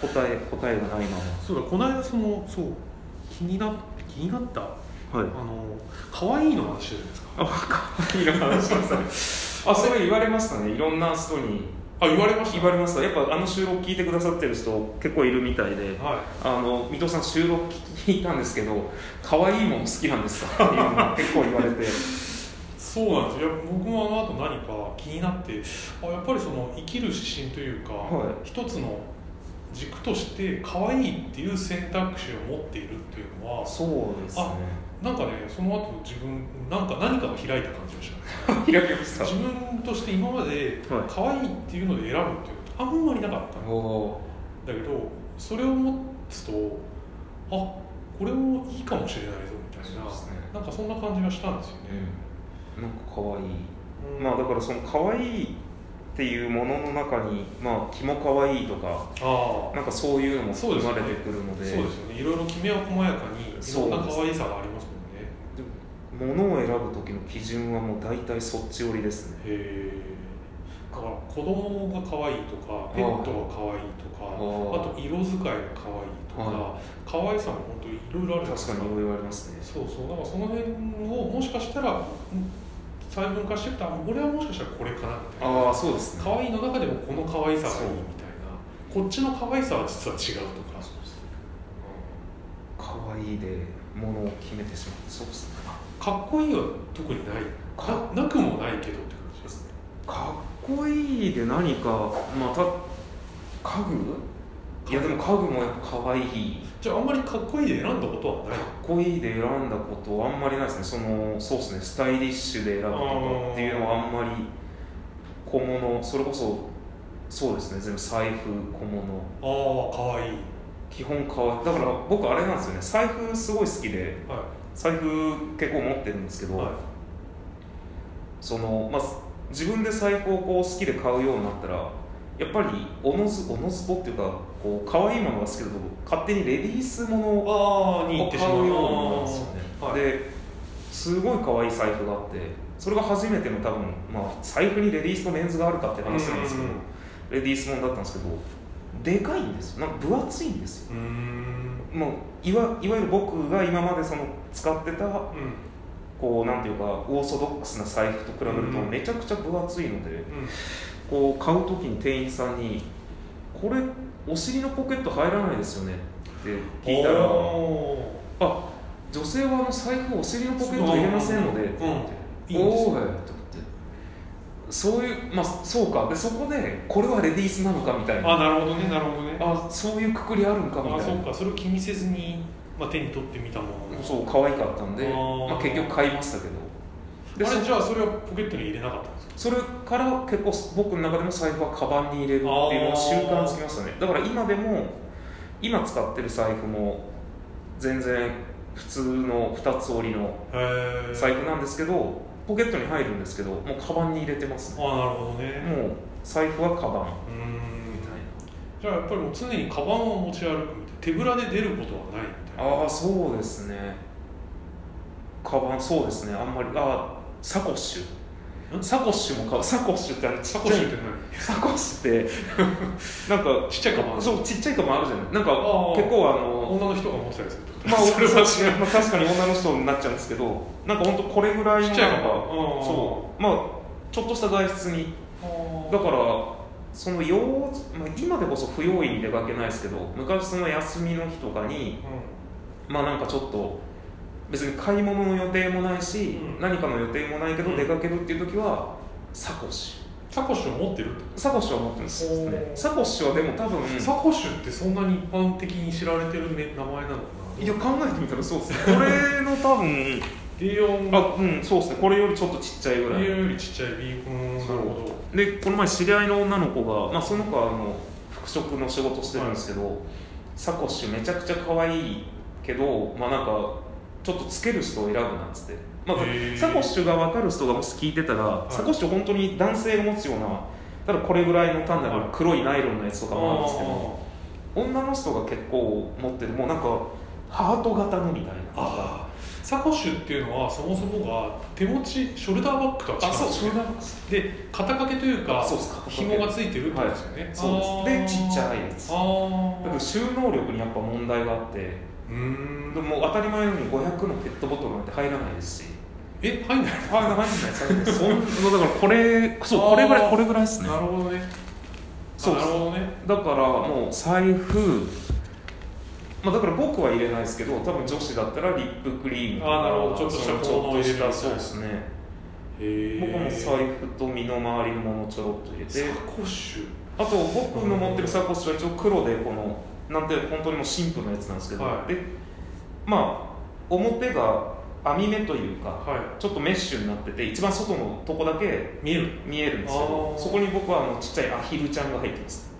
答え答えがないまそうだこの間そのそう気にな気になったまはいあの可愛いの話してるじゃないですかいいの話しますあそれ言われましたねいろんな人にあ言われました言われましたやっぱあの収録聞いてくださってる人結構いるみたいではあの水戸さん収録聞いたんですけど可愛いもの好きなんですかっていうのが結構言わ れていそうなんですよいや僕もあの後何か気になってあやっぱりその生きる指針というか、は一つの軸として可愛いっていう選択肢を持っているっていうのはそうですねなんかねその後自分なんか何かが開いた感じがした開きました自分として今まではい可愛いっていうので選ぶっていうことあんまりなかったおおだけどそれを持つとあこれもいいかもしれないぞみたいな、そうですねなんかそんな感じがしたんですよね、なんか可愛いうんまあだからその可愛いっていうものの中にまあ気も可愛いとかあなんかそういうのもそう含ですまねれてくるのあでそうですよねいろいろきめは細やかにいろんな可愛さがありますもんね物を選ぶ時の基準はもう大体そっち寄りですねへえだから子供が可愛いとかペットが可愛いとあかあーと色使いが可愛いとか、は可愛さも本当いろいろあるんで確すかに言われますねそうそうだからその辺をもしかしたらうん細分化してった俺はもしかしたらこれかなみたいなああそうですね可愛いの中でもこの可愛さがいいみたいなこっちの可愛さは実は違うとか可愛いで物を決めてしまってそうですねかっこいいは特にないかななくもないけどって感じですねかっこいいで何かまあた家具いやでも家具もやっぱ可愛いじゃああんまりかっこいいで選んだことはないかっこいいで選んだことはあんまりないですねそのそうですねスタイリッシュで選ぶとかっていうのはあんまり小物それこそそうですね全部財布小物ああ可愛い基本変わだから僕あれなんですよね財布すごい好きでは財布結構持ってるんですけいど、はいそのまあ自分で財布をこう好きで買うようになったらやっぱりおのずおのずとっていうかこう可愛いものが好きだと勝手にレディースものをああに行ってしま買ううようになるんですよね、はいですごい可愛い財布があってそれが初めての多分、まあ、財布にレディースとメンズがあるかって話なんですけどうんうんレディースものだったんですけどでかいんですよなんか分厚いんですようーんもういわいわゆる僕が今までその使ってたうんこうなんていうかオーソドックスな財布と比べるとうんめちゃくちゃ分厚いのでうんこう買う時に店員さんに「これお尻のポケット入らないですよね」って聞いたらおーあ女性はあの財布をお尻のポケット入れませんので、うんってうんいいんですよおおと思ってそういうまあそうかでそこでこれはレディースなのかみたいなああなるほどねなるほどねそういうくくりあるんかみあたそいうなかそれを気にせずに、まあ、手に取ってみたもののそう可愛かったんであーまあ、結局買いましたけどあでれそじゃあそれはポケットに入れなかったんですかそれから結構僕の中でも財布はカバンに入れるっていうのが習慣つきましたねだから今でも今使ってる財布も全然普通の2つ折りのへえ財布なんですけどポケットに入るんですけどもうカバンに入れてますねああなるほどねもう財布はカバンうーみんたいじゃあやっぱりもう常にカバンを持ち歩くみたいな手ぶらで出ることはないみたないなああそうですねカバンそうですねあんまりああサコッシュんサコッシュも買うサコッシュってあのサコッシュっちてっ何ちゃいサコッシュって なんかちっちゃいカバンそうちっちゃいカバンあるじゃないなんかああ結構あの 女の人が持ってたりするってことまあ、それはそうまあ確かに女の人になっちゃうんですけどなんか本当これぐらいのちっちゃいなカんバンかそうまあちょっとした外出にうだからその用、まあ、今でこそ不用意に出かけないですけど昔その休みの日とかにまあなんかちょっと別に買い物の予定もないし、うん何かの予定もないけうどん出かけるっていう時はサコッシュサコッシュを持ってるってこサコッシュは持ってるんですねおーサコッシュはでも多分とサコッシュってそんなに一般的に知られてるね名前なのかないや考えてみたらそうですねこれの多分 A4 あうんそうですねこれよりちょっとちっちゃいぐらい A4 よりちっちゃい B うんなるそうほどでこの前知り合いの女の子が、まあ、その子はあの服飾の仕事してるんですけど、サコッシュめちゃくちゃ可愛いけどまあなんかちょっとつける人を選ぶなんつって、まあへーサコッシュが分かる人がもし聞いてたら、いサコッシュ本当に男性が持つようなただこれぐらいの単なはいる黒いナイロンのやつとかもあるんですけど、あー女の人が結構持ってるもうなんかハート型のみたいなああサコッシュっていうのはそもそもが手持ちショルダーバッグとは違うんあそうショルダーバッッグで肩掛けというかそうです肩掛け紐がついてるってことですよね、はいそうですでちっちゃいやつあだーけど収納力にやっぱ問題があってうーんでももう当たり前のように500のペットボトルなんて入らないですしえ入んないあ入らないです そんなだからこれそうこれぐあらーいこれぐらいですねなるほどねそうあなるほどねだからもう財布まあだから僕は入れないですけど多分女子だったらリップクリームとかあーなるほどちょっとしたその効能を入れるみたいなそうですねへ僕もサ財布と身の回りのものをちょろっと入れてコッシュあと僕の持ってるサコッシュは一応黒でこのなんて本当にもうシンプルなやつなんですけど、はいでまあ表が網目というかはちょっとメッシュになってて一番外のとこだけい見える見えるんですけどあーそこに僕はあのちっちゃいアヒルちゃんが入ってます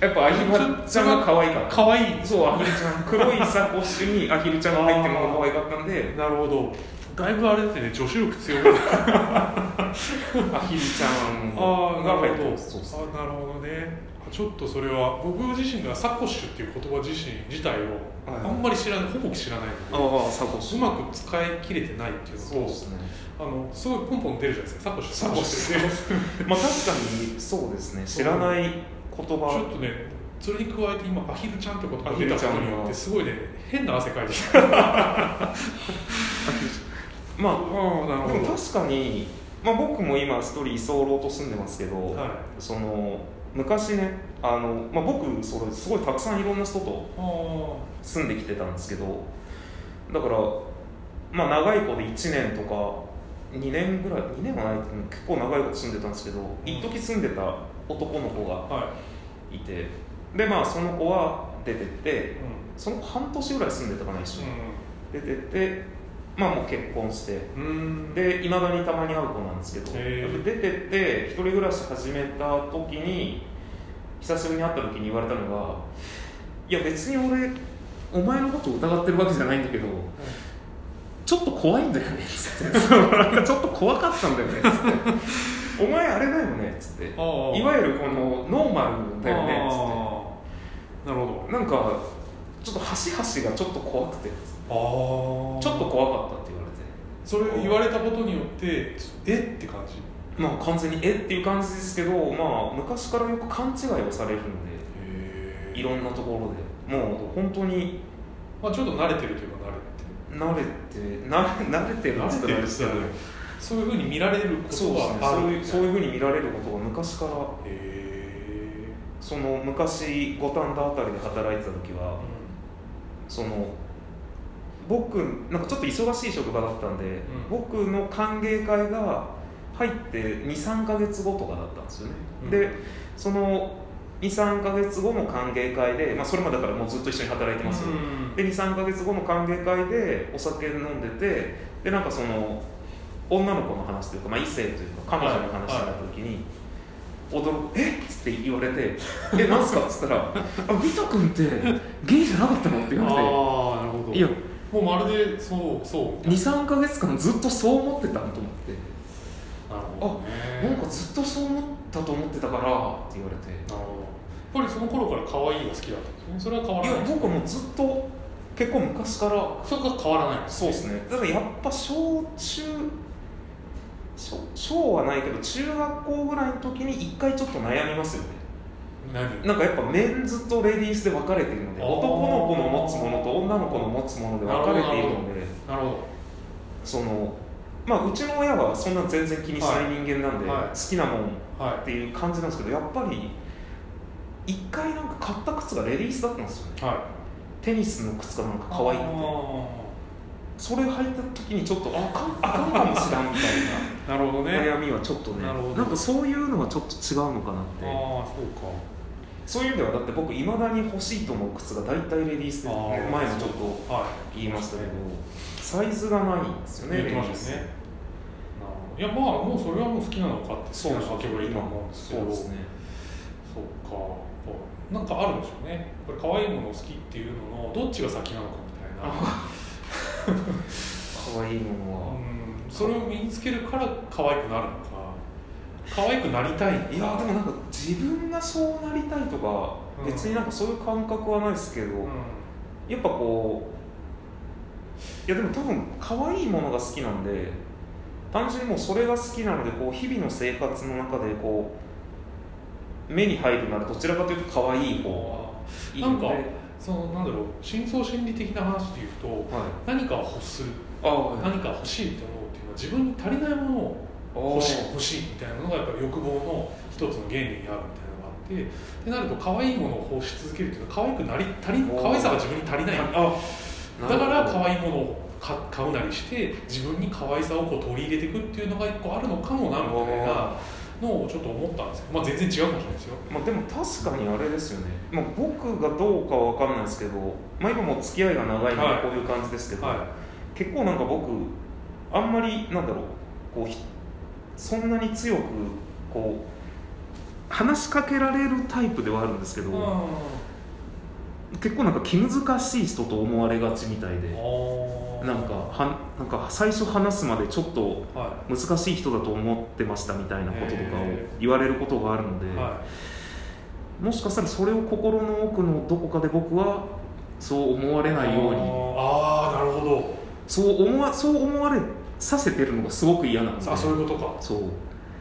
やっぱアヒルちゃんが可愛いから可愛いそうアヒルちゃん黒いサコッシュにアヒルちゃんが入ってるのが可愛かったんでなるほどだいぶあれですね女子力強いあ アヒルちゃんあーなが入るっほてどますそうですあなるほどねあちょっとそれは僕自身がサコッシュっていう言葉自身自体をはいあんまり知らないほぼ知らないので、ああサコッうまく使い切れてないっていうのとそうですねあのすごいポンポン出るじゃないですかサコッシュサコッシュってまあ確かにそうですね知らない言ちょ葉っとねそれに加えて今アヒルちゃんってことが出たことによアヒルちゃんってがすごいね変な汗かいてきたああまなる あほでども確かに、まあ、僕も今一人居候と住んでますけど、はいその昔ねあの、まあ、僕それすごいたくさんいろんな人とあー住んできてたんですけどだからまあ長い子で1年とか2年ぐらい2年はないけど結構長いこと住んでたんですけど一時住んでた男の子がはいいてでまあその子は出てってうその子半年ぐらい住んでたかな一緒に。出てってまあもう結婚してんうんうんでいまだにたまに会う子なんですけどへー出てって一人暮らし始めた時に久しぶりに会った時に言われたのが「いや別に俺お前のこと疑ってるわけじゃないんだけどちょっと怖いんだよね」っつって ちょっと怖かったんだよね」っつって「お前あれだよね」っつって「いあーわゆるこのノーマルだよね」っつっあーなるほてなんかちょっと端々がちょっと怖くてどああちょっと怖かったって言われて。それを言われたことによってえって感じまあ完全にえっていう感じですけど、まあ、昔からよく勘違いをされるんでへいろんなところでもう本当にまあちょっと慣れてるというか慣れてる慣れてな慣れてるんですけど慣れてるそういうふうに見られるこそうとですねはあそうるいうそういうふうに見られることが昔からへその昔五反田あたりで働いてた時ーはその僕なんかちょっと忙しい職場だったんで、僕の歓迎会が入って23か月後とかだったんですよね、うんでその23か月後の歓迎会で、まあ、それまでだからもうずっと一緒に働いてますよ、うんで23か月後の歓迎会でお酒飲んでてでなんかその女の子の話というか、まあ、異性というか彼女の話になった時に「驚くえっ?」つって言われて「えなんすか?」っつったら「あビト君ってゲイじゃなかったの?」って言わああなるほれどて「いやもうまるでそうそうみたい23か月間ずっとそう思ってた」と思って。ななるほどねなんかずっとそう思ったと思ってたからって言われてなるほどやっぱりその頃から可愛いが好きだったんですねそれは変わらいなやい僕はもうずっと結構昔からそこが変わらないそうですねだからやっぱ小中小小はないけど中学校ぐらいの時に一回ちょっと悩みますよね何なんかやっぱメンズとレディースで分かれているのであー男の子の持つものと女の子の持つもので分かれているのでなるほそのまあうちの親はそんな全然気にしない人間なんで、はいはい好きなもんどはいっていう感じなんですけどやっぱり一回なんか買った靴がレディースだったんですよねはテニスの靴かなんかい可愛いってあそれ履いた時にちょっとあかんあかんかもしらんみたーなるほどねいあな悩みはちょっとねなるほどんかそういうのはちょっと違うのかなっあーそうかそういう意味ではだって僕いまだに欲しいと思う靴が大体レディースであー前もちょっとは言いましたけどサイズがないんですいよね言ってましたよねなるほどいやまあもうそれはもう好きなのかってそう好きなのかけばいいと思うんですけどそうですねそうかなんかあるんでしょうねこれ可愛いものを好きっていうののどっちが先なのかみたいな可愛いものはうんそれを身につけるから可愛くなるのか可愛くなりたいいやでもなんか自分がそうなりたいとか、うん別になんかそういう感覚はないですけど、うんやっぱこういやでも多分可愛いものが好きなんで単純にもうそれが好きなのでこう日々の生活の中でこう目に入るならどちらかというと可愛い方がいいのでなんかそのなんだろう深層心理的な話で言うとはい、何かを欲するあはい何か欲しいって思うっていうのは自分に足りないものを欲しい欲しいみたいなのがやっぱ欲望の一つの原理にあるみたいなのがあってってなると可愛いものを欲し続けるっていうのは可愛くなり足りおー可愛さが自分に足りないだあから可い愛いものを買買うなりして自分に可愛さをこう取り入れていくっていうのが一個あるのかもなみたいなのをちょっと思ったんですけど、まあ、全然違うかもしれないですよ。まあ、でも確かにあれですよね、まあ、僕がどうかは分かんないですけど、まあ、今もう付き合いが長いのはいでこういう感じですけど、は結構なんか僕あんまりなんだろうこうひそんなに強くこう話しかけられるタイプではあるんですけい、ど、うん結構なんか気難しい人と思われがちみたいであーなんかはなんか最初話すまでちょっとは難しい人だと思ってましたみたいなこととかをへ言われることがあるので、い、はもしかしたらそれを心の奥のどこかで僕はそう思われい、ないようにあーあーなるほどそう思わそう思われさせてるのがすごく嫌なんですねあそういうことかそう